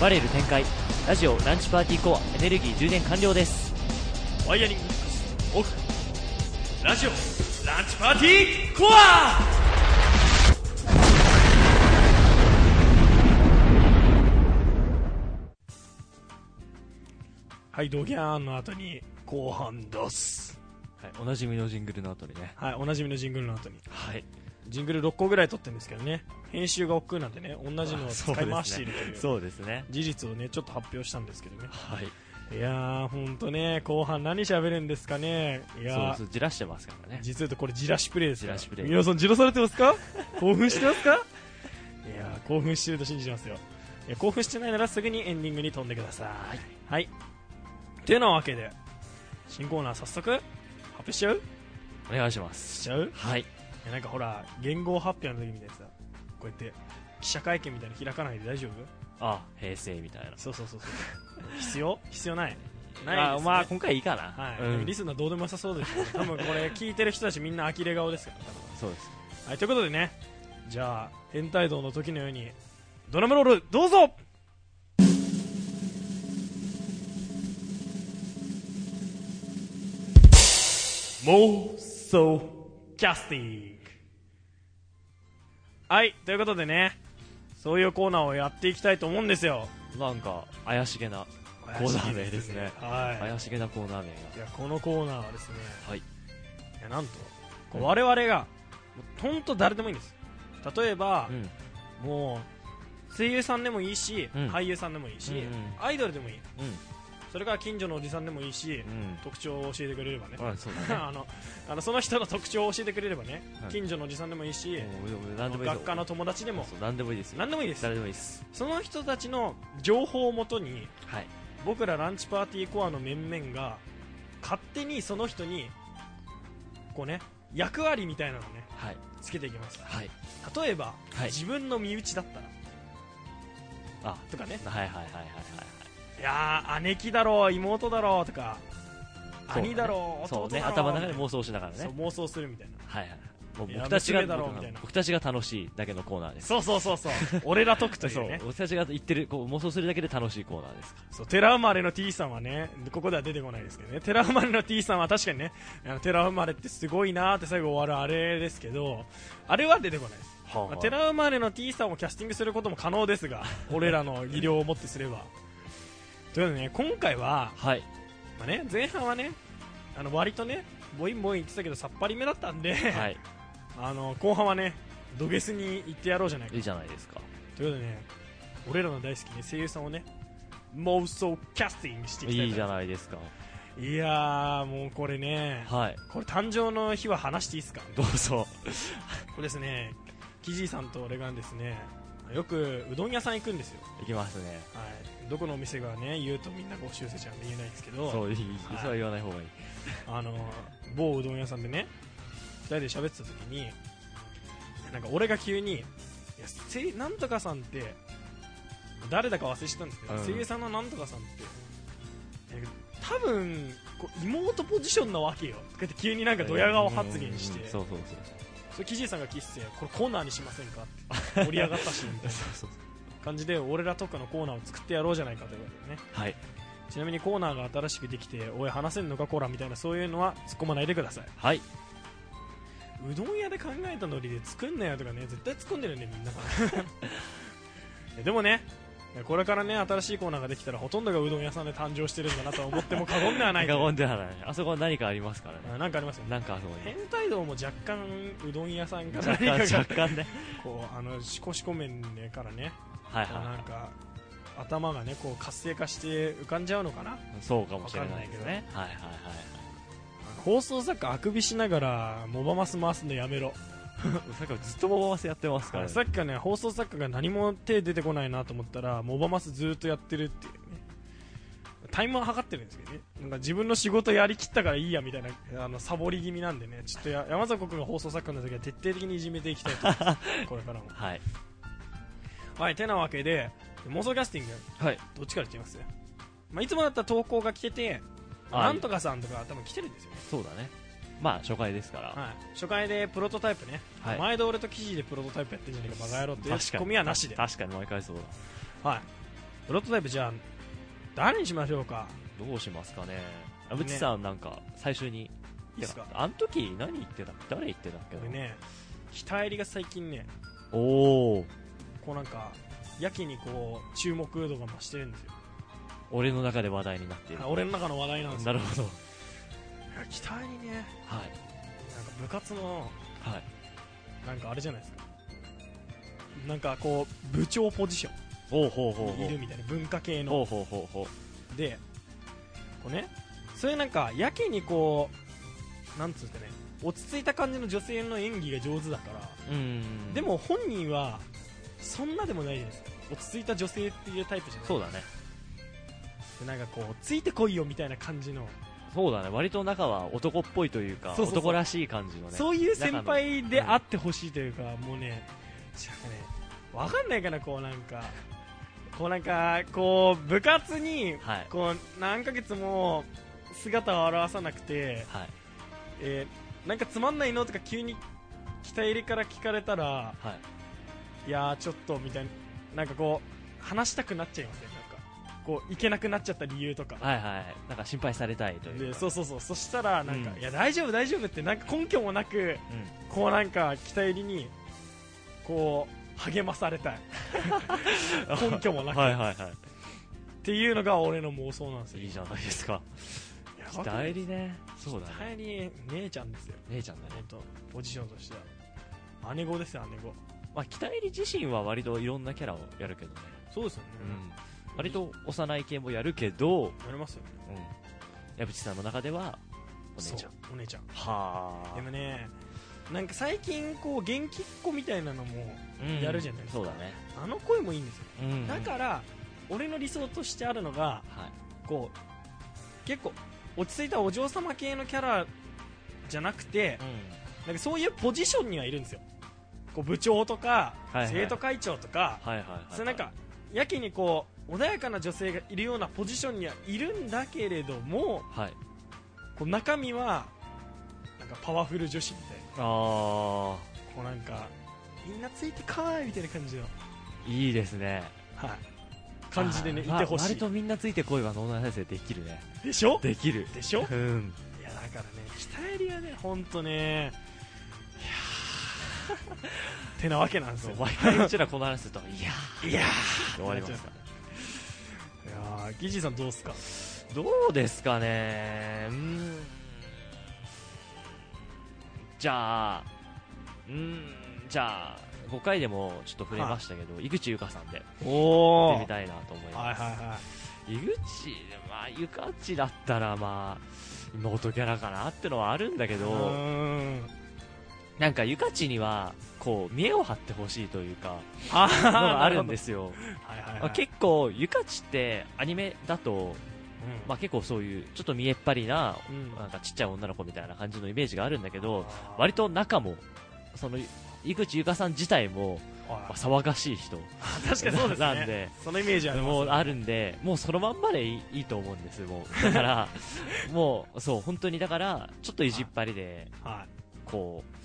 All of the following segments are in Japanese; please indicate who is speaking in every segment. Speaker 1: バレル展開ラジオランチパーティーコアエネルギー充電完了です
Speaker 2: ワイヤリングオフラジオランチパーティーコアはいドギャーンの後に後半です
Speaker 1: はいおなじみのジングルの後にね
Speaker 2: はいおなじみのジングルの後に
Speaker 1: はい
Speaker 2: ジングル6個ぐらい撮ってるんですけどね編集が億劫なんでね同じのを使い回しているという
Speaker 1: そうですね
Speaker 2: 事実をねちょっと発表したんですけどね
Speaker 1: はい
Speaker 2: いやーほんとね後半何喋るんですかねいやー
Speaker 1: そうそうじらしてますからね
Speaker 2: 実は言うとこれじらしプレイですから
Speaker 1: じらしプレイ
Speaker 2: 皆さんじらされてますか興奮してますかいやー興奮してると信じますよいや興奮してないならすぐにエンディングに飛んでくださいはいてなわけで新コーナー早速発表しちゃう
Speaker 1: お願いします
Speaker 2: しちゃう
Speaker 1: はい
Speaker 2: いやなんかほら言語発表の時みたいにさこうやって記者会見みたいなの開かないで大丈夫
Speaker 1: あ平成みたいな
Speaker 2: そうそうそうそう必要必要ないないですね
Speaker 1: あまあ今回いいかな
Speaker 2: はい、
Speaker 1: うん
Speaker 2: リスナーどうでもよさそうですけど多分これ聞いてる人たちみんな呆れ顔ですから多分
Speaker 1: そうです
Speaker 2: はい、ということでね、じゃあ、変態道の時のように、ドラムロール、どうぞ妄想キャスティングはい、ということでね、そういうコーナーをやっていきたいと思うんですよ。
Speaker 1: なんか怪しげなコーナー名ですね
Speaker 2: はい。
Speaker 1: 怪しげなコーナー名が
Speaker 2: いやこのコーナーはですね、
Speaker 1: はい
Speaker 2: いやなんとこう
Speaker 1: は
Speaker 2: 我々が本当誰でもいいんです例えば
Speaker 1: う、ん
Speaker 2: もう声優さんでもいいし、
Speaker 1: うん
Speaker 2: 俳優さんでもいいし、
Speaker 1: うんうん
Speaker 2: アイドルでもいい
Speaker 1: うん
Speaker 2: それから近所のおじさんでもいいし、
Speaker 1: うん
Speaker 2: 特徴を教えてくれればね、
Speaker 1: あそうだね
Speaker 2: あのあのその人の特徴を教えてくれればね、
Speaker 1: はい
Speaker 2: 近所のおじさんでもいいし、
Speaker 1: もう何でもいいです
Speaker 2: 学科の友達でも
Speaker 1: そう何でもいいですよ
Speaker 2: 何でもいいです
Speaker 1: 誰でもいいです
Speaker 2: その人たちの情報をもとに
Speaker 1: はい
Speaker 2: 僕らランチパーティーコアの面々が勝手にその人にこうね役割みたいなのをね
Speaker 1: はい
Speaker 2: つけていきます
Speaker 1: はい
Speaker 2: 例えば、
Speaker 1: はい
Speaker 2: 自分の身内だったら
Speaker 1: あ
Speaker 2: とかね
Speaker 1: はいはいはいはいはい
Speaker 2: いやー姉貴だろう妹だろうとか
Speaker 1: そう
Speaker 2: 兄だろう
Speaker 1: そ
Speaker 2: 弟
Speaker 1: うね
Speaker 2: だろ
Speaker 1: 頭の中で
Speaker 2: みたい
Speaker 1: 妄想しながら
Speaker 2: なそう
Speaker 1: ね
Speaker 2: 妄想するみたいな
Speaker 1: はいはいもう
Speaker 2: いや
Speaker 1: 僕たちが
Speaker 2: 娘だろう
Speaker 1: 僕
Speaker 2: みたいな
Speaker 1: 僕たちが楽しいだけのコーナーです
Speaker 2: そうそうそう そう俺ら得というね
Speaker 1: 僕たちが言ってるこう妄想するだけで楽しいコーナーですか
Speaker 2: そう寺生まれの T さんはねここでは出てこないですけどね寺生まれの T さんは確かにねあの寺生まれってすごいなーって最後終わるあれですけどあれは出てこないです
Speaker 1: ら
Speaker 2: まあ、寺生まれの T さんをキャスティングすることも可能ですが俺らの技量をもってすればということでね今回は、
Speaker 1: はい
Speaker 2: まあね、前半はねあの割とねボインボイン言ってたけどさっぱりめだったんで、
Speaker 1: はい
Speaker 2: あの後半はね土下座に行ってやろうじゃないか
Speaker 1: いいじゃないですか
Speaker 2: ということでね俺らの大好きね声優さんをね妄想キャスティングしていきたい
Speaker 1: いいじゃ
Speaker 2: な
Speaker 1: ないですか
Speaker 2: いやーもうこれね
Speaker 1: はい
Speaker 2: これ誕生の日は話していいですか
Speaker 1: どうぞ
Speaker 2: これですねキジさんと俺がですねよくうどん屋さん行くんですよ
Speaker 1: いきますね
Speaker 2: はい、どこのお店がね言うとみんなご修正ちゃんで言えないんですけど
Speaker 1: そういい
Speaker 2: はい
Speaker 1: それは言わない方がいい
Speaker 2: あの某うどん屋さんでね2人で喋ってた時になんか俺が急にいやせなんとかさんって誰だか忘れしたんですけど、
Speaker 1: うん
Speaker 2: 声優さんのなんとかさんってなんか多分こう妹ポジションなわけよとかって急になんかドヤ顔発言して、
Speaker 1: うんそうそうそう
Speaker 2: それ記事さんが喫茶これコーナーにしませんかって盛り上がったしみ たいな
Speaker 1: そうそうそう
Speaker 2: 感じで俺らとかのコーナーを作ってやろうじゃないかということでね
Speaker 1: はい
Speaker 2: ちなみにコーナーが新しくできておい話せんのかこらみたいなそういうのは突っ込まないでください
Speaker 1: はい、
Speaker 2: うどん屋で考えたノリで作んなよとかね絶対突っ込んでるよねみんな でもねこれからね新しいコーナーができたらほとんどがうどん屋さんで誕生してるんだなとは思っても過言ではない
Speaker 1: 過言ではないあそこは何かありますからね
Speaker 2: あなんかありますよね
Speaker 1: なんかあそこ
Speaker 2: 変
Speaker 1: に
Speaker 2: 態道も若干うどん屋さんか ら
Speaker 1: 若
Speaker 2: 何か
Speaker 1: 干
Speaker 2: が
Speaker 1: 若干ね
Speaker 2: こうあのしこしこ麺からね
Speaker 1: はい
Speaker 2: こうな
Speaker 1: は
Speaker 2: んか頭がねこう活性化して浮かんじゃうのかない
Speaker 1: そうかもしれないですねはいはいはい
Speaker 2: 放送作家あくびしながらモバマス回すのやめろ
Speaker 1: はいさっきからずっとモバマスやってますから、ね、
Speaker 2: さっきからね放送作家が何も手出てこないなと思ったらモバマスずーっとやってるっていうねタイムは測ってるんですけどねなんか自分の仕事やりきったからいいやみたいなあのサボり気味なんでねちょっとや山里君が放送作家の時は徹底的にいじめていきたいと思います これからも
Speaker 1: はい
Speaker 2: はいてなわけで妄想キャスティング
Speaker 1: はい
Speaker 2: どっちからいきます、まあ、いつもだったら投稿が来てて
Speaker 1: あ
Speaker 2: なんとかさんとか多分来てるんですよね
Speaker 1: そうだねまあ初回ですから、
Speaker 2: はい、初回でプロトタイプね、
Speaker 1: はい
Speaker 2: 前で俺と記事でプロトタイプやってんじゃねえかバカ野郎っていうツ
Speaker 1: 確か
Speaker 2: ッ
Speaker 1: に
Speaker 2: コミはなしで、
Speaker 1: 確かに毎回そうだ
Speaker 2: はい、プロトタイプじゃあ誰にしましょうか
Speaker 1: どうしますかねあぶちさんなんか最初に
Speaker 2: いいっすか
Speaker 1: てかあの時何言ってた誰言ってたっけな
Speaker 2: 俺ね額入りが最近ね
Speaker 1: おお
Speaker 2: こうなんかやけにこう注目度が増してるんですよ
Speaker 1: 俺の中で話題になっている
Speaker 2: あ俺の中の話題なんです
Speaker 1: な
Speaker 2: よ
Speaker 1: るほど
Speaker 2: 期待にね
Speaker 1: はい
Speaker 2: なんか部活の
Speaker 1: はい
Speaker 2: なんかあれじゃないですかなんかこう部長ポジショ
Speaker 1: ほうほうほう
Speaker 2: ンにいるみたいな文化系の
Speaker 1: ほうほうほうほう
Speaker 2: でこうねそういうなんかやけにこうなんつうんですかね落ち着いた感じの女性の演技が上手だから
Speaker 1: うーん
Speaker 2: でも本人はそんなでもないじゃないですか落ち着いた女性っていうタイプじゃない
Speaker 1: そうだね
Speaker 2: でなんかこうついてこいよみたいな感じの、
Speaker 1: そうだね割と中は男っぽいというか
Speaker 2: そうそうそう
Speaker 1: 男らしい感じのね
Speaker 2: そういう先輩であってほしいというか、もうねなんかねわかんないかなこうなんかこうなんかこう部活に
Speaker 1: はい
Speaker 2: こう何ヶ月も姿を現さなくて、
Speaker 1: はい
Speaker 2: えーなんかつまんないのとか急に北入りから聞かれたら
Speaker 1: はい
Speaker 2: いやーちょっとみたいななんかこう話したくなっちゃいますねなんかこう行けなくなっちゃった理由とか、
Speaker 1: はいはいなんか心配されたいという
Speaker 2: で
Speaker 1: か
Speaker 2: そうそうそうそしたらなんか、
Speaker 1: うん
Speaker 2: いや大丈夫大丈夫ってなんか根拠もなく
Speaker 1: うん
Speaker 2: こうなんか北入りにこう励まさ れたい根拠もなく、
Speaker 1: はいはいは
Speaker 2: っていうのが俺の妄想なんですよ
Speaker 1: いいいじゃないですか
Speaker 2: いやわかんない
Speaker 1: 代理ねそうだ
Speaker 2: 北
Speaker 1: ね
Speaker 2: 入り姉ちゃんですよ
Speaker 1: 姉ちゃんだね
Speaker 2: 本当ポジションとしては姉子ですよ姉子
Speaker 1: まあ北入り自身は割といろんなキャラをやるけどね
Speaker 2: そうですよね、
Speaker 1: うん割と幼い系もやるけど
Speaker 2: やりますよね
Speaker 1: 矢渕さんの中ではお姉ちゃん
Speaker 2: そうお姉ちゃん
Speaker 1: は
Speaker 2: でもねなんか最近こう元気っ子みたいなのも
Speaker 1: うん
Speaker 2: やるじゃないですか
Speaker 1: そうだね
Speaker 2: あの声もいいんですよ
Speaker 1: うん
Speaker 2: だから俺の理想としてあるのが
Speaker 1: はい
Speaker 2: こう結構落ち着いたお嬢様系のキャラじゃなくてなんかそういうポジションにはいるんですよこう部長とか、
Speaker 1: はいはい
Speaker 2: 生徒会長とか、
Speaker 1: はいはいはい
Speaker 2: そういうなんかやけにこう穏やかな女性がいるようなポジションにはいるんだけれども
Speaker 1: はい
Speaker 2: こう中身はなんかパワフル女子みたい
Speaker 1: あ
Speaker 2: なこうなんかみんなついてかーいみたいな感じの、
Speaker 1: あいいですね
Speaker 2: はい、感じでねい
Speaker 1: あ
Speaker 2: て
Speaker 1: ーわ
Speaker 2: ほし
Speaker 1: 割
Speaker 2: い
Speaker 1: とみんなついてこいは野村先生できるね
Speaker 2: でしょ
Speaker 1: できる
Speaker 2: でしょ
Speaker 1: うん
Speaker 2: いやだからね北入りはね本当 ねいやーてなわけなんですよ
Speaker 1: 毎回うちらこの話するといや
Speaker 2: いや
Speaker 1: ー終わりますから
Speaker 2: ーいやーギジーさんどうっすか
Speaker 1: どうですかねうーんじゃあうーんじゃあ5回でもちょっと触れましたけど、井口優香さんで
Speaker 2: お
Speaker 1: や
Speaker 2: お
Speaker 1: って
Speaker 2: は
Speaker 1: み
Speaker 2: い
Speaker 1: たいなと思い
Speaker 2: は
Speaker 1: ま
Speaker 2: い
Speaker 1: す、
Speaker 2: は
Speaker 1: 井口まあゆかっちだったらまあ妹キャラかなってのはあるんだけ
Speaker 2: い
Speaker 1: ど、
Speaker 2: うーん
Speaker 1: なんかゆかちにはこう見栄を張ってほしいというか
Speaker 2: あ
Speaker 1: のがあるん
Speaker 2: で
Speaker 1: ですよ、
Speaker 2: はいはい
Speaker 1: ま
Speaker 2: は
Speaker 1: あ
Speaker 2: い
Speaker 1: 結構ゆかちってアニメだと、まあ、結構そういうちょっと見栄っ張りな
Speaker 2: うんうん
Speaker 1: なんかちっちゃい女の子みたいな感じのイメージがあるんだけど
Speaker 2: あー
Speaker 1: 割と中もその井口ゆかさん自体も、まあ、
Speaker 2: あ
Speaker 1: 騒がしい人
Speaker 2: 確かにそうですね
Speaker 1: なんで
Speaker 2: そのイメージあります
Speaker 1: もうあるんでもうそのまんまでいいいいと思うんですもうだから もうそう本当にだからちょっと意地っ張りで
Speaker 2: は
Speaker 1: こう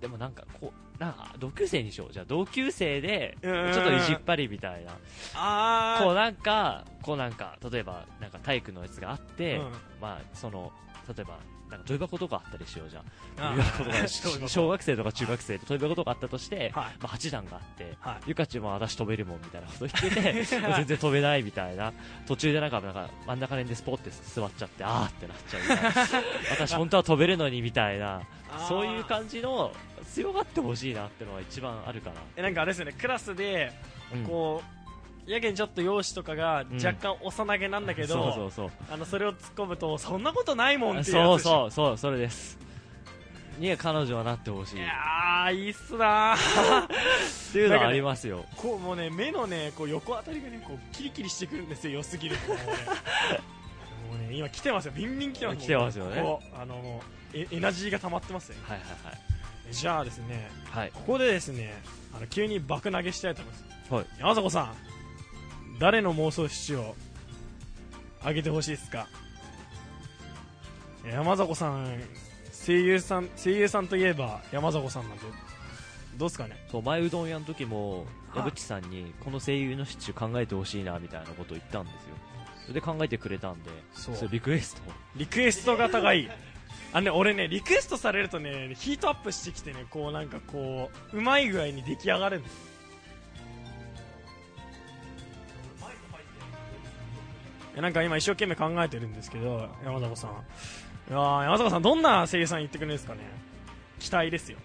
Speaker 1: でもなんかこうなんか同級生にしようじゃあ同級生でち
Speaker 2: うんうんう
Speaker 1: ょ
Speaker 2: ん
Speaker 1: っと意地っ張りみたいな
Speaker 2: ああー
Speaker 1: こうなんかこうなんか例えばなんか体育のやつがあって、
Speaker 2: うん
Speaker 1: まあその例えばなんかトイバコとかあったりしようじゃんト
Speaker 2: あ
Speaker 1: イバ コとか
Speaker 2: ー
Speaker 1: 小学生とか中学生でトイバコとかあったとして、
Speaker 2: はい
Speaker 1: まあ、8段があって
Speaker 2: はい
Speaker 1: ゆかちも私飛べるもんみたいなこと言ってて 全然飛べないみたいな途中でなんかなんか真ん中辺でスポって座っちゃってあーってなっちゃうみたい な私本当は飛べるのにみたいな
Speaker 2: あー
Speaker 1: そういう感じの強がってほしいなってのは一番あるかな、
Speaker 2: えなんかあれですよねクラスで
Speaker 1: うん
Speaker 2: こうやけにちょっと容姿とかが
Speaker 1: うん
Speaker 2: 若干幼げなんだけど、
Speaker 1: そうそう
Speaker 2: あのそれを突っ込むとそんなことないもん
Speaker 1: そう
Speaker 2: っていう
Speaker 1: そう
Speaker 2: う
Speaker 1: そうそうそれですに彼女はなってほしい
Speaker 2: い
Speaker 1: っ
Speaker 2: やーいいっすなー
Speaker 1: ていうのはありますよ、
Speaker 2: こうもうね目のねこう横あたりがねこうキリキリしてくるんですよ良すぎるともうねもうね今来てますよビンビン来てます
Speaker 1: 来てますよね
Speaker 2: こうあのもうエエナジーが溜まってますよ
Speaker 1: はいは
Speaker 2: じゃあですね
Speaker 1: いはいはい
Speaker 2: ここでですねあの急に爆投げしたいと思います
Speaker 1: はい
Speaker 2: 山迫さん誰の妄想七を上げてほしいですか山迫さん声優さん声優さんといえば山迫さんなんでどうっすかね
Speaker 1: そう前うどん屋の時も
Speaker 2: はい
Speaker 1: 矢口さんにこの声優のシチュー考えてほしいなみたいなことを言ったんですよそれで考えてくれたんで
Speaker 2: そう
Speaker 1: れリクエストを
Speaker 2: リクエスト型がいいあのね俺ねリクエストされるとねヒートアップしてきてねこうなんかこううまい具合に出来上がるんですいやなんか今一生懸命考えてるんですけど山迫さんいやー山迫さんどんな声優さん言ってくれるんですかね期待ですよ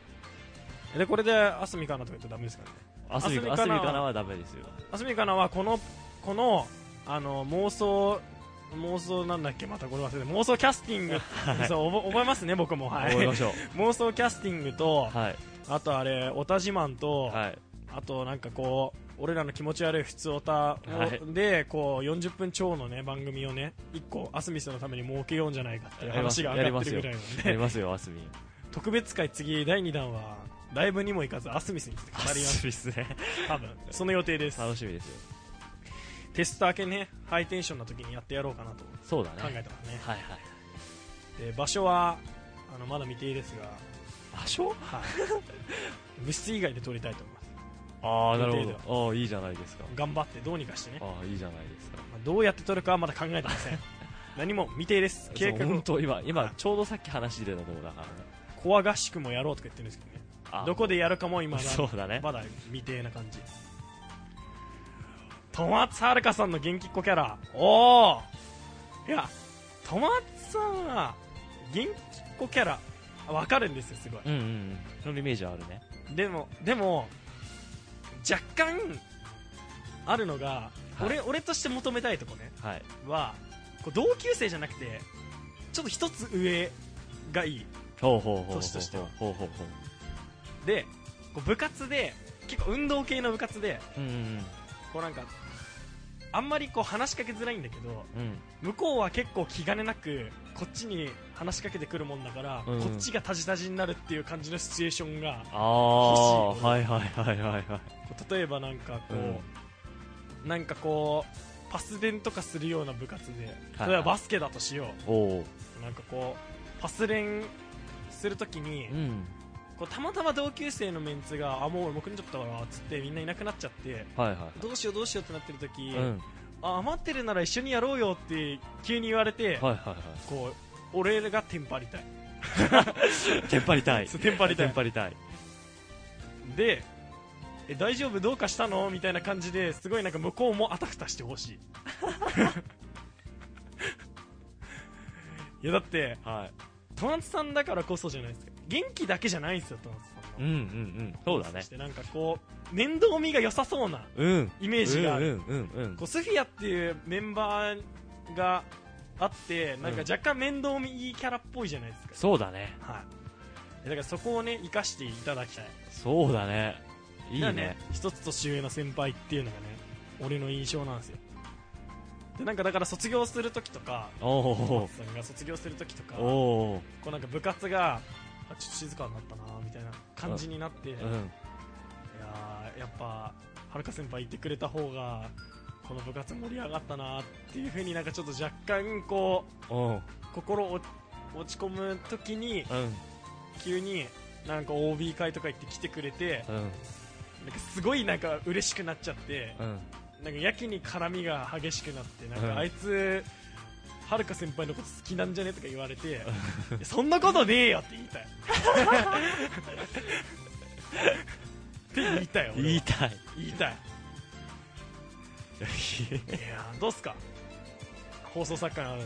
Speaker 2: でこれであすみかなとか言うとダメですかね
Speaker 1: あすみ
Speaker 2: あ
Speaker 1: か
Speaker 2: すみかな
Speaker 1: なはダメですよ
Speaker 2: あすみかなはこのこのあの妄想妄想なんだっけまたこれ忘れて妄想キャスティング、そう覚覚えますね僕もはい
Speaker 1: 覚えましょ
Speaker 2: 妄想キャスティングと、
Speaker 1: うはい
Speaker 2: あとあれオタジマンと、
Speaker 1: はい
Speaker 2: あとなんかこう俺らの気持ち悪い普通オタを、
Speaker 1: はい
Speaker 2: でこう40分超のね番組をね一個アスミスのために設けようんじゃないかっていう話が上がってるぐらいなん
Speaker 1: や
Speaker 2: で
Speaker 1: りますよあすみ
Speaker 2: 特別会次第2弾はライブにも行かずアスミスについて語
Speaker 1: あ
Speaker 2: ります
Speaker 1: すみっすね
Speaker 2: 多分その予定です
Speaker 1: 楽しみですよ
Speaker 2: テスト明けねハイテンションな時にやってやろうかなと
Speaker 1: そうだ
Speaker 2: 考え
Speaker 1: ね
Speaker 2: てますね
Speaker 1: はいはい
Speaker 2: で場所はあのまだ未定ですが、
Speaker 1: 場所
Speaker 2: はい 物質以外で撮りたいと思います
Speaker 1: ああな
Speaker 2: 予
Speaker 1: る
Speaker 2: 定で
Speaker 1: ほどああいいじゃないですか
Speaker 2: 頑張ってどうにかしてね、ま
Speaker 1: ああいいじゃないですか
Speaker 2: あどうやって撮るかはまだ考えてませ ん何も未定です計
Speaker 1: そう
Speaker 2: 画
Speaker 1: 本
Speaker 2: を
Speaker 1: 当今今ちょうどさっき話出たところだからね
Speaker 2: コア合宿もやろうとか言ってるんですけどね
Speaker 1: あ
Speaker 2: どこでやるかも今だ
Speaker 1: そうだね
Speaker 2: まだ未定な感じ戸松遥さんの元気っ子キャラおおいや戸松さんは元気っ子キャラわかるんですよすごい
Speaker 1: うんうんうんそのイメージはあるね
Speaker 2: でもでも若干あるのが、
Speaker 1: はい
Speaker 2: 俺俺として求めたいとこね
Speaker 1: はい
Speaker 2: はこう同級生じゃなくてちょっと一つ上がいい
Speaker 1: ほうほうほうほう
Speaker 2: 年としては
Speaker 1: ほうほうほう
Speaker 2: でこう部活で結構運動系の部活で
Speaker 1: うんうん
Speaker 2: こうなんかあんまりこう話しかけづらいんだけど
Speaker 1: うん
Speaker 2: 向こうは結構気兼ねなくこっちに話しかけてくるもんだから、
Speaker 1: うん
Speaker 2: こっちがタジタジになるっていう感じのシチュエーションが
Speaker 1: ああ
Speaker 2: 欲しい
Speaker 1: はいはいはいはいはい
Speaker 2: こう例えばなんかこう、なんかこうパス練とかするような部活で
Speaker 1: はい
Speaker 2: 例えばバスケだとしよ
Speaker 1: おお
Speaker 2: うなんかこうパス練するときに、
Speaker 1: うん
Speaker 2: こうたまたま同級生のメンツがあもう僕にちょっとわっつってみんないなくなっちゃって
Speaker 1: はいは
Speaker 2: どうしようどうしようってなってる時、
Speaker 1: いうん
Speaker 2: あ余ってるなら一緒にやろうよって急に言われ
Speaker 1: はい
Speaker 2: て、
Speaker 1: はいは
Speaker 2: こう俺がテンパりたい
Speaker 1: いテンパりたい
Speaker 2: そうテンパりたい
Speaker 1: テンパりたい
Speaker 2: でえ大丈夫どうかしたのみたいな感じですごいなんか向こうもあたふたしてほしいいやだって
Speaker 1: は
Speaker 2: トマツさんだからこそじゃないですか元気だけじゃないんですよトマツさ
Speaker 1: い
Speaker 2: ん
Speaker 1: うん
Speaker 2: は
Speaker 1: うんうんそうだね
Speaker 2: してなんかこう面倒見が良さそうな
Speaker 1: うん
Speaker 2: イメージがあ
Speaker 1: う
Speaker 2: る、
Speaker 1: んうんうんうん
Speaker 2: こうスフィアっていうメンバーがあってなんか若干面倒見いいキャラっぽいじゃないですか、
Speaker 1: そうだね
Speaker 2: はいえだからそこをね生かしていただきたい
Speaker 1: そうだねいい
Speaker 2: だから
Speaker 1: ね
Speaker 2: 一つ年上の先輩っていうのがね俺の印象なんですよでなんかだから卒業する時とか
Speaker 1: おお
Speaker 2: さんが卒業する時とか
Speaker 1: お
Speaker 2: こ
Speaker 1: お
Speaker 2: うなんか部活があちょっと静かになったなみたいな感じになっ
Speaker 1: う
Speaker 2: て、いや
Speaker 1: ん
Speaker 2: ーやっぱはるか先輩いてくれた方がこの部活盛り上がったなっていうふうになんかちょっと若干こ
Speaker 1: おう
Speaker 2: う心を落ち込む時に
Speaker 1: うん
Speaker 2: 急になんか OB 会とか行って来てくれて
Speaker 1: うん
Speaker 2: なんかすごいなんか嬉しくなっちゃって
Speaker 1: うん
Speaker 2: なんかやけに絡みが激しくなってなん
Speaker 1: う
Speaker 2: か
Speaker 1: ん
Speaker 2: あいつ、はるか先輩のこと好きなんじゃねとか言わ れていやそんなことねえよって言いたいって言いたい俺は
Speaker 1: 言いたい
Speaker 2: 言いたいいやーどうっすか放送作家なのい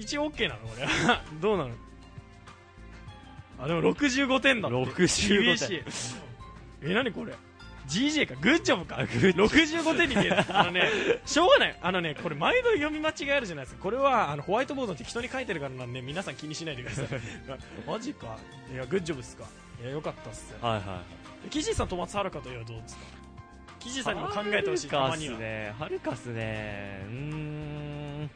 Speaker 2: 一応 OK なの俺は どうなのあでも65点だって
Speaker 1: 65点
Speaker 2: BBC え何これ GJ かグッジョブか
Speaker 1: あグッジョブ
Speaker 2: 65点に見えるあのねしょうがないあのねこれ毎度読み間違えるじゃないですかこれはあのホワイトボードに適当に書いてるからなんで皆さん気にしないでください マジかいやグッジョブっすかいやよかったっす
Speaker 1: はいはい
Speaker 2: キジさんと松遥といえばどうですかキジさんにも考えてほしいた
Speaker 1: は
Speaker 2: ま
Speaker 1: るか
Speaker 2: に
Speaker 1: っす
Speaker 2: は
Speaker 1: ねはるかっすねうーん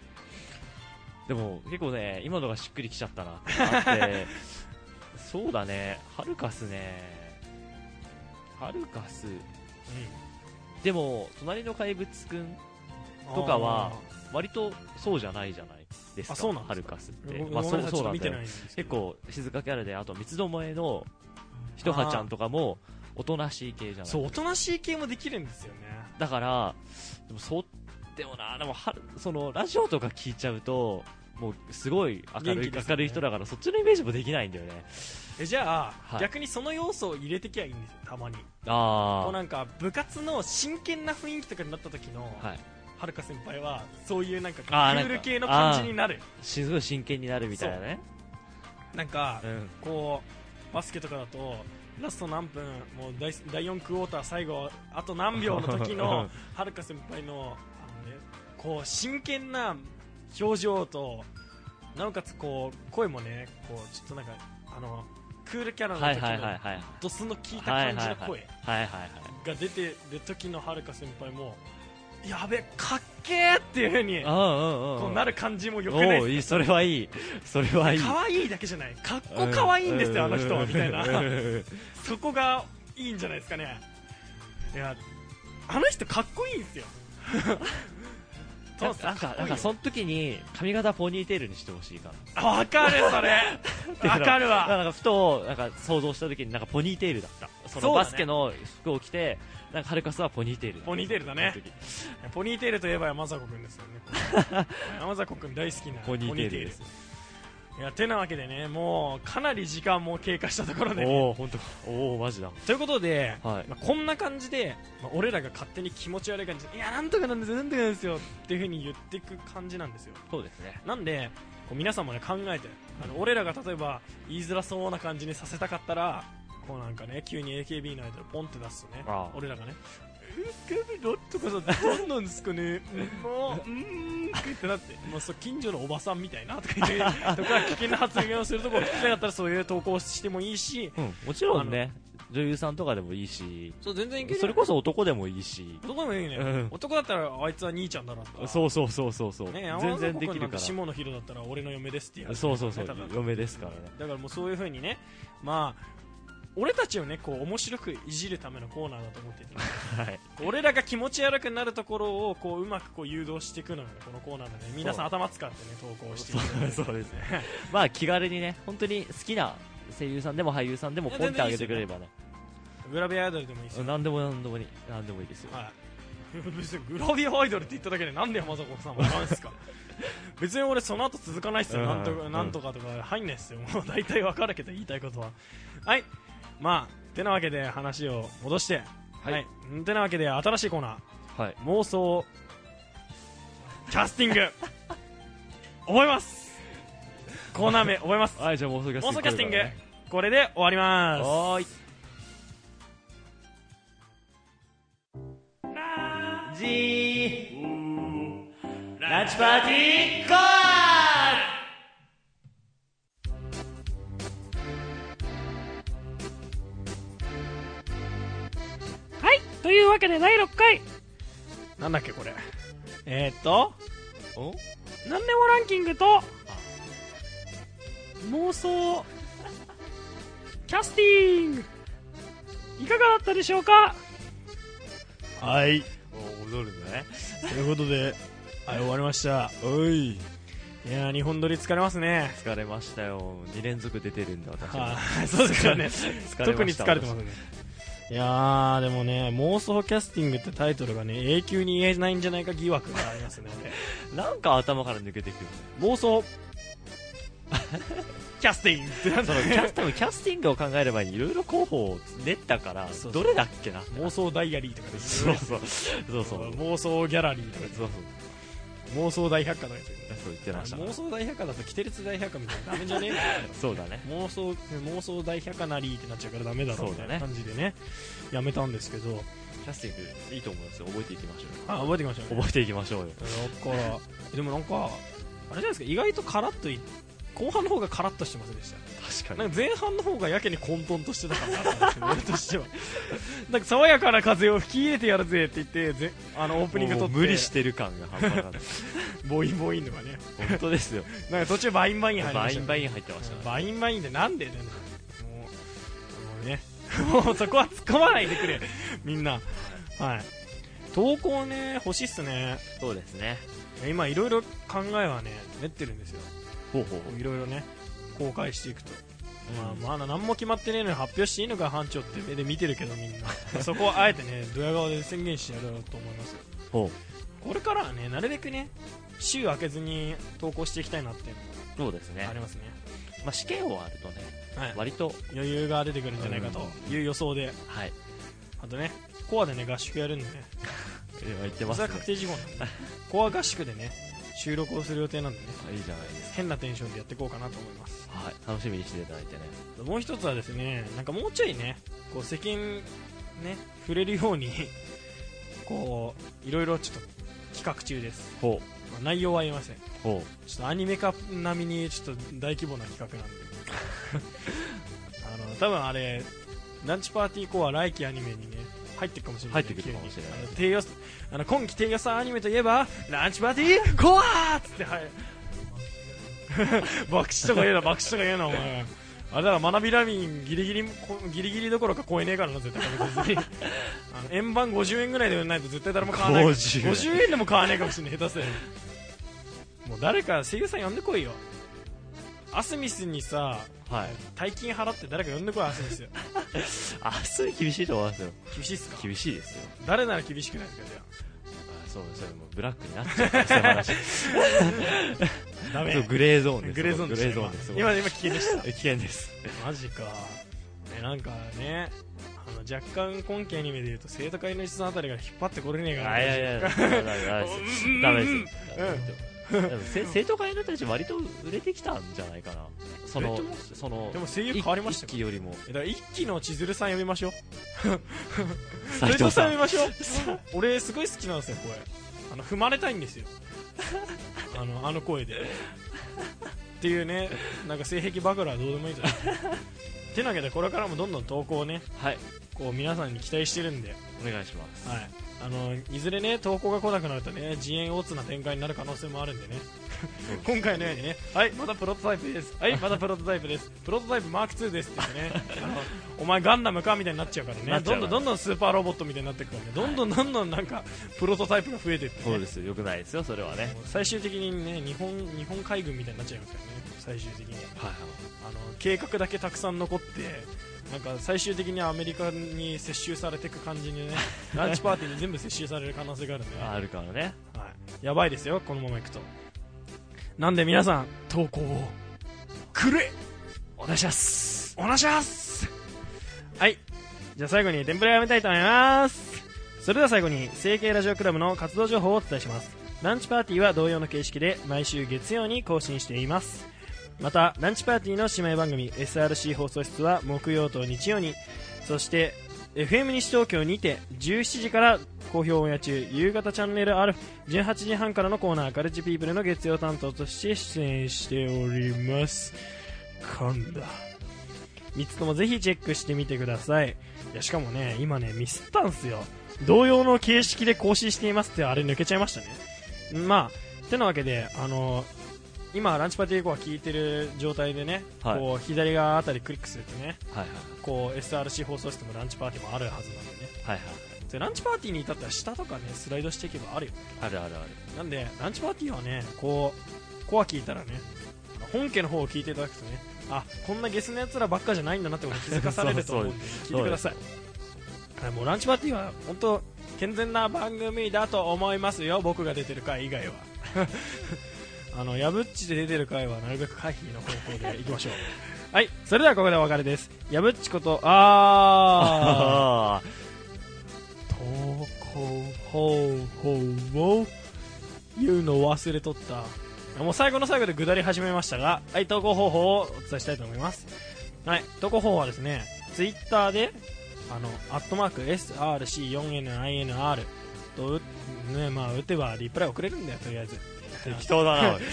Speaker 1: でも結構ね今のがしっくりきちゃったなってあってそうだねはるかっすねはるかっすでも隣の怪物くん
Speaker 2: うん
Speaker 1: とかは割とそうじゃないじゃないですか
Speaker 2: あそうなんで
Speaker 1: は
Speaker 2: す
Speaker 1: る
Speaker 2: か
Speaker 1: かっすっ
Speaker 2: あー
Speaker 1: て
Speaker 2: ごめん
Speaker 1: まあ
Speaker 2: な
Speaker 1: そ
Speaker 2: さ
Speaker 1: う
Speaker 2: い
Speaker 1: そう
Speaker 2: ちょっと
Speaker 1: なん
Speaker 2: 見
Speaker 1: だ
Speaker 2: て
Speaker 1: よ
Speaker 2: ないんですけ
Speaker 1: 結
Speaker 2: ど
Speaker 1: 構静かキャラであと三つどもえのひとはちゃんとかもおとなしい系じゃない
Speaker 2: そうおとなしい系もできるんですよね
Speaker 1: だからでもそうでもなでもはそのラジオとか聞いちゃうともうすごい明るい、
Speaker 2: 元気ですね
Speaker 1: 明るい人だからそっちのイメージもできないんだよね
Speaker 2: えじゃあ、
Speaker 1: はい
Speaker 2: 逆にその要素を入れてきゃいいんですよたまにこう
Speaker 1: あ
Speaker 2: なんか部活の真剣な雰囲気とかになった時の、
Speaker 1: あはい
Speaker 2: はるか先輩はそういうなんかク
Speaker 1: あーなん
Speaker 2: ー
Speaker 1: か
Speaker 2: ル系の感じになる
Speaker 1: すごい真剣になるみたいなね
Speaker 2: なんか
Speaker 1: うん
Speaker 2: こうバスケとかだとラスト何分もう第第4クォーター最後あと何秒の時
Speaker 1: う
Speaker 2: の
Speaker 1: ん
Speaker 2: はるか先輩のあの、ね、こう真剣な表情となおかつこう声もねこうちょっとなんかあのクールキャラの
Speaker 1: はい
Speaker 2: 時
Speaker 1: はいはい
Speaker 2: の
Speaker 1: はい
Speaker 2: ドスの効いた
Speaker 1: はいはい
Speaker 2: 感
Speaker 1: は
Speaker 2: じ
Speaker 1: い
Speaker 2: の声
Speaker 1: はいはいはい
Speaker 2: が出てる時のはるか先輩もやべかっけーっていう風に
Speaker 1: うんうん
Speaker 2: こ
Speaker 1: う
Speaker 2: うんなる感じもよくない
Speaker 1: おお
Speaker 2: です
Speaker 1: いいそれはいいそれはいい
Speaker 2: か可愛いだけじゃないかっこ可愛いんですよ、
Speaker 1: う
Speaker 2: あの人はみたいな
Speaker 1: うんうん
Speaker 2: そこがいいんじゃないですかねいやあの人かっこいいんですよト
Speaker 1: なんか
Speaker 2: ムさ
Speaker 1: なんかなんかその時に髪型ポニーテールにしてほしいか
Speaker 2: あわかる それ
Speaker 1: ら
Speaker 2: わかる
Speaker 1: だら
Speaker 2: わ
Speaker 1: なんかふとなんか想像した時になんかポニーテールだったそ
Speaker 2: そ
Speaker 1: の
Speaker 2: うだね
Speaker 1: バスケの服を着てなんかハルカスはポニーテールだった
Speaker 2: ポニーテールだね
Speaker 1: その時
Speaker 2: ポニーテールといえば山迫君ですよね 山迫君大好きな
Speaker 1: ポニーテールで
Speaker 2: ポ
Speaker 1: す
Speaker 2: ニーテールいやてなわけでねもうかなり時間も経過したところで、ね、
Speaker 1: おお本当おおマジだ
Speaker 2: ということで、
Speaker 1: はい
Speaker 2: まあ、こんな感じで、まあ、俺らが勝手に気持ち悪い感じでいやなんとかなんですよなんとかなんですよっていう風に言っていく感じなんですよ
Speaker 1: そうですね
Speaker 2: なんでこう皆さんもね考えてあの俺らが例えば言いづらそうな感じにさせたかったらこうなんかね急に AKB のアイドルポンって出すとね
Speaker 1: ああ
Speaker 2: 俺らがね「AKB なんとかさんどんなんですかねもううーん」ってなって もうそう近所のおばさんみたいなと か言ってとか危険な発言をするところ聞きたかったらそういう投稿をしてもいいし
Speaker 1: うんもちろんね女優さんとかでもいいし
Speaker 2: そう全然いける
Speaker 1: それこそ男でもいいし
Speaker 2: 男でもいいね、
Speaker 1: うん
Speaker 2: 男だったらあいつは兄ちゃんだなとか
Speaker 1: そうそうそうそうそう
Speaker 2: ね、
Speaker 1: 全然できる
Speaker 2: 山
Speaker 1: から
Speaker 2: 田君なん下野紘だったら俺の嫁ですってやる
Speaker 1: そうそうそう
Speaker 2: ねただ
Speaker 1: 嫁ですからね
Speaker 2: だからもうそういう風にねまあ俺たちをねこう面白くいじるためのコーナーだと思ってて
Speaker 1: はい
Speaker 2: 俺らが気持ち悪くなるところをこううまくこう誘導していくのがねこのコーナーなので皆さん頭使ってね投稿していただいて
Speaker 1: そうそうですねまあ気軽にね本当に好きな声優さんでも俳優さんでもポンってあげてくれればね
Speaker 2: グラビアアイドルでもいいですよ、
Speaker 1: 何でも何でもいい何でもいいですよ
Speaker 2: はい別にグラビアアイドルって言っただけでなんで山迫さんはなんですか 別に俺その後続かないっすよ、
Speaker 1: うん
Speaker 2: なんと
Speaker 1: う
Speaker 2: か
Speaker 1: ん
Speaker 2: なんとかとか入んないっすよもう大体わかるけど言いたいことははいまあてなわけで話を戻して
Speaker 1: はい
Speaker 2: んてなわけで新しいコーナー
Speaker 1: はい
Speaker 2: 妄想キャスティン グ覚えますコーナー名覚えます
Speaker 1: はいじゃあ妄想キャスティング
Speaker 2: 妄想キャスティング
Speaker 1: これからね
Speaker 2: これで終わります
Speaker 1: はーいじーランチパーティーゴ
Speaker 3: はい、というわけで第6回
Speaker 2: なんだっけこれえー、っと
Speaker 1: ーお
Speaker 3: 何でもランキングと
Speaker 2: 妄想
Speaker 3: キャスティングいかがだったでしょうか
Speaker 2: はい
Speaker 1: お踊るんだね
Speaker 2: ということではい終わりました
Speaker 1: おい
Speaker 2: いやー日本撮り疲れますね
Speaker 1: 疲れましたよ2連続出てるんだ私
Speaker 2: は、
Speaker 1: はい
Speaker 2: そうですよね
Speaker 1: れ
Speaker 2: 特 に疲れてます
Speaker 1: ね
Speaker 2: ねいやーでもね妄想キャスティングってタイトルがね永久に言えないんじゃないか疑惑がありますね
Speaker 1: なんか頭から抜けていくよね
Speaker 2: 妄想 キャスティングってなん
Speaker 1: そ
Speaker 2: だ
Speaker 1: のキャス多分キャスティングを考える前にいろいろ候補を練ったから
Speaker 2: そうそう
Speaker 1: どれだっけな
Speaker 2: 妄想ダイアリーとかです
Speaker 1: そうそうそうそう
Speaker 2: 妄想ギャラリーとか
Speaker 1: そうそう
Speaker 2: 妄想大百科とかですよね
Speaker 1: そう言ってました
Speaker 2: 妄想大百科だとキテレツ大百科みたいなダメじゃねえか
Speaker 1: そうだね
Speaker 2: 妄想妄想大百科なりってなっちゃうからダメだろうみたい
Speaker 1: そ
Speaker 2: な
Speaker 1: うだ
Speaker 2: 感じでねやめたんですけど
Speaker 1: キャスティングいいと思いますよ覚えていきましょ
Speaker 2: あ覚えてきました
Speaker 1: う
Speaker 2: ね
Speaker 1: 覚えていきましょうよ
Speaker 2: だからでもなんかあれじゃないですか意外とカラッとい後半の方がカラッとしてませんでした
Speaker 1: 確か
Speaker 2: なん
Speaker 1: に
Speaker 2: か前半の方がやけに混沌としてたからなと思って俺 としてはなんか爽やかな風を吹き入れてやるぜって言ってぜ あのオープニング撮って
Speaker 1: もう無理してる感が半端なかった
Speaker 2: ボインボインとかね
Speaker 1: 本当ですよ
Speaker 2: なんか途中バインバイン入りま
Speaker 1: バ
Speaker 2: し
Speaker 1: イ
Speaker 2: たね
Speaker 1: ンバイン入ってましたね
Speaker 2: バインバインってなんでねもうもうねもうそこは突っ込まないでくれみんなはい投稿ね欲しいっすね
Speaker 1: そうですね
Speaker 2: 今いろいろ考えはね練ってるんですよ
Speaker 1: ほうほう
Speaker 2: いろいろね公開していくとまあ、まだ何も決まってねえのに発表していいのか班長って目で見てるけどみんなそこはあえてねドヤ顔で宣言してやろうと思います
Speaker 1: ほ
Speaker 2: これからはねなるべくね週明けずに投稿していきたいなっていう
Speaker 1: うそうですね
Speaker 2: のがありますね
Speaker 1: まあ試験終わるとね
Speaker 2: はい、
Speaker 1: 割と
Speaker 2: 余裕が出てくるんじゃないかという予想で
Speaker 1: はい
Speaker 2: あとねコアでね合宿やるんでね
Speaker 1: 言ってま
Speaker 2: そ
Speaker 1: す
Speaker 2: れ
Speaker 1: ね
Speaker 2: は確定事項なんでねコア合宿でね収録をする予定なんでね
Speaker 1: あいいじゃないです
Speaker 2: 変なテンションでやっていこうかなと思います
Speaker 1: かはい楽しみにしていただいてね
Speaker 2: もう一つはですねなんかもうちょいねこう世間ね触れるように こういろいろちょっと企画中です、
Speaker 1: ほ
Speaker 2: まあ内容は言いません
Speaker 1: うほ
Speaker 2: ちょっとアニメ化並みにちょっと大規模な企画なんであの多分あれランチパーティーコア来期アニメにね入ってくかもしれない、
Speaker 1: 入ってくるかもしれない
Speaker 2: 急にあの低予算あの今期低予算アニメといえばランチパーティーコアっつってはい 爆死とか言うな爆死とか言うなお前あれだから学びラビンギリギリこギリギリどころか超えねえからな絶対確実にあの円盤50円ぐらいで売らないと絶対誰も買わないから
Speaker 1: 50円
Speaker 2: 50円でも買わねえかもしれない下手すりゃもう誰か声優さん呼んでこいよアスミスにさ
Speaker 1: うはい
Speaker 2: 大金払って誰か呼んでこいアスミス
Speaker 1: あそれ厳しいと思いますよ
Speaker 2: 厳しいっすか
Speaker 1: 厳しいですよ
Speaker 2: 誰なら厳しくないですかじゃ
Speaker 1: あそうそれもうブラックになっちゃったそういう 話
Speaker 2: あダメ
Speaker 1: そうグレーゾーンです
Speaker 2: グレーゾーンで
Speaker 1: グ
Speaker 2: し
Speaker 1: レ
Speaker 2: た
Speaker 1: ーゾーンです
Speaker 2: 今今今危険でし
Speaker 1: 危険です
Speaker 2: たマジか、ね、なんかねあの若干今期アニメでいうと生徒会の一さんあたりが引っ張ってこれねえ
Speaker 1: い
Speaker 2: かな
Speaker 1: やいやいやダメですダメですダメですでもせ生徒会の人たち割と売れてきたんじゃないかなその
Speaker 2: 売れてま
Speaker 1: その
Speaker 2: でも声優変わりました
Speaker 1: 一期
Speaker 2: よ
Speaker 1: よりも
Speaker 2: えだから一期の千鶴さん呼びましょう
Speaker 1: 斉藤さ
Speaker 2: 呼び
Speaker 1: ん
Speaker 2: ましょう俺すごい好きなんですよ声あの踏まれたいんですよあのあの声でっていうねなんか性癖バカラはどうでもいいと思うてなわけでこれからもどんどん投稿をね
Speaker 1: はい
Speaker 2: こう皆さんに期待してるんで、はい、
Speaker 1: お願いします
Speaker 2: あのいずれね投稿が来なくなるとね自演オツな展開になる可能性もあるんでね 今回のようにねはいまだプロトタイプですはいまだプロトタイプですプロトタイプマーク2ですっていうねあのお前ガンダムかみたいになっちゃうからね
Speaker 1: なっちゃ
Speaker 2: ど
Speaker 1: うんから
Speaker 2: どんどんどんスーパーロボットみたいになってくからねどんどんどんどんなんかプロトタイプが増えてって、
Speaker 1: そう
Speaker 2: ね、
Speaker 1: ですよよくないですよそれはね
Speaker 2: 最終的にね日本日本海軍みたいになっちゃいますからね最終的に
Speaker 1: はいはい
Speaker 2: あの計画だけたくさん残ってなんか最終的にアメリカに接収されていく感じにねランチパーティーに全部接収される可能性があるんで、ね
Speaker 1: あ
Speaker 2: は
Speaker 1: るからね
Speaker 2: い、やばいですよこのままいくとなんで皆さん投稿をくれ
Speaker 1: お願いします
Speaker 2: お願いしますはいじゃあ最後に天ぷらやめたいと思いますそれでは最後に成形ラジオクラブの活動情報をお伝えしますランチパーティーは同様の形式で毎週月曜に更新していますまたランチパーティーの姉妹番組 SRC 放送室は木曜と日曜にそして FM 西東京にて17時から好評オンエア中夕方チャンネル R18 時半からのコーナーガレッジピープルの月曜担当として出演しております今度3つともぜひチェックしてみてくださいいやしかもね今ねミスったんすよ同様の形式で更新していますってあれ抜けちゃいましたねまあてなわけであの今ランチパーティー以降は聞いてる状態でね、
Speaker 1: はい
Speaker 2: こう左側あたりクリックするとね
Speaker 1: はい
Speaker 2: こう SRC 放送室もランチパーティーもあるはずなんでね
Speaker 1: はいはいはい
Speaker 2: でランチパーティーに至っては下とかねスライドしていけばあるよ
Speaker 1: あるあるある
Speaker 2: なんでランチパーティーはねこうコア聞いたらね本家の方を聞いていただくとねあこんなゲスなやつらばっかじゃないんだなってことに気づかされると思うん で聞いてくださいはいもうランチパーティーは本当健全な番組だと思いますよ僕が出てる回以外は あのやぶっちで出てる回はなるべく回避の方向でいきましょ うはいそれではここでお別れですやぶっちこと あー
Speaker 1: ああ
Speaker 2: 投稿方法を言うのを忘れとったもう最後の最後で下り始めましたが、はい、投稿方法をお伝えしたいと思います、はい、投稿方法はですねツイッターであのアットマーク SRC4NINR と、ねまあ、打てばリプライ送れるんだよとりあえず
Speaker 1: 適当だな
Speaker 2: ランチ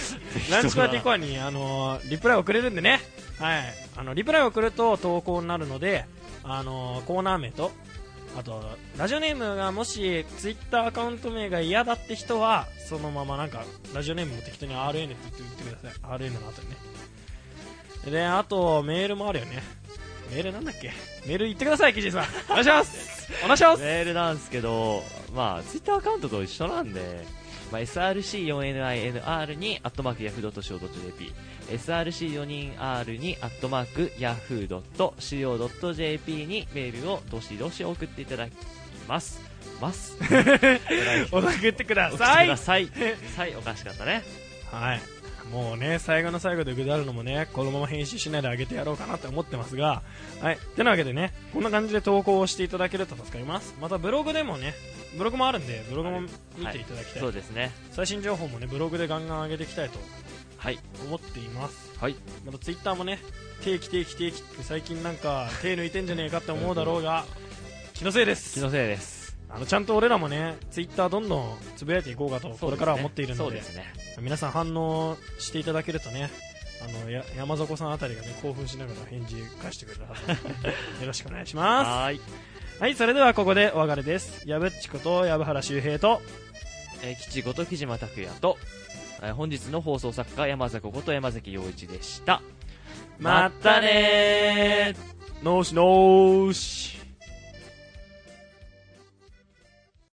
Speaker 2: パーティーコ
Speaker 1: ア
Speaker 2: アに、あのーリプライ送れるんでね、はい、あのリプライ送ると投稿になるので、あのーコーナー名とあとラジオネームがもしツイッターアカウント名が嫌だって人はそのままなんかラジオネームも適当に RN って言って言ってください RN の後にねであとメールもあるよねメールなんだっけメール言ってくださいキジさんお願いしますお願いします
Speaker 1: メールなんですけどまあツイッターアカウントと一緒なんでまあ、SRC4NINR に、アットマーク Yahoo.co.jp、SRC4NINR に、アットマーク Yahoo.co.jp にメールをどしどし送っていただきます。 ます。お願いします
Speaker 2: 送ってくだ
Speaker 1: 送って
Speaker 2: さ
Speaker 1: く
Speaker 2: い
Speaker 1: ださい。はい、おかしかったね。
Speaker 2: はいもうね最後の最後で下るのもねこのまま編集しないであげてやろうかなって思ってますがはいてなわけでねこんな感じで投稿をしていただけると助かりますまたブログでもねブログもあるんでブログも見
Speaker 1: は
Speaker 2: ていただきたい、
Speaker 1: そうですね。
Speaker 2: 最新情報もねブログでガンガン上げていきたいと
Speaker 1: はい。
Speaker 2: 思っています
Speaker 1: はい。
Speaker 2: またツイッターもね定期定期定期って最近なんか手抜いてんじゃねえかって思うだろうが気のせいです
Speaker 1: 気のせいです。
Speaker 2: あのちゃんと俺らもねツイッターどんどんつぶやいていこうかとこれからは思っているの
Speaker 1: そう
Speaker 2: で
Speaker 1: ですね。
Speaker 2: 皆さん反応していただけるとねあのや山底さんあたりがね興奮しながら返事返してくれ るはずなのでよろしくお願いしま
Speaker 1: はーい。
Speaker 2: すはいそれではここでお別れです矢ぶっちこと矢部原周平と
Speaker 1: えー、吉こと木島拓也と、えー本日の放送作家山崎こと山崎陽一でした。
Speaker 2: まったねーノーシノーシ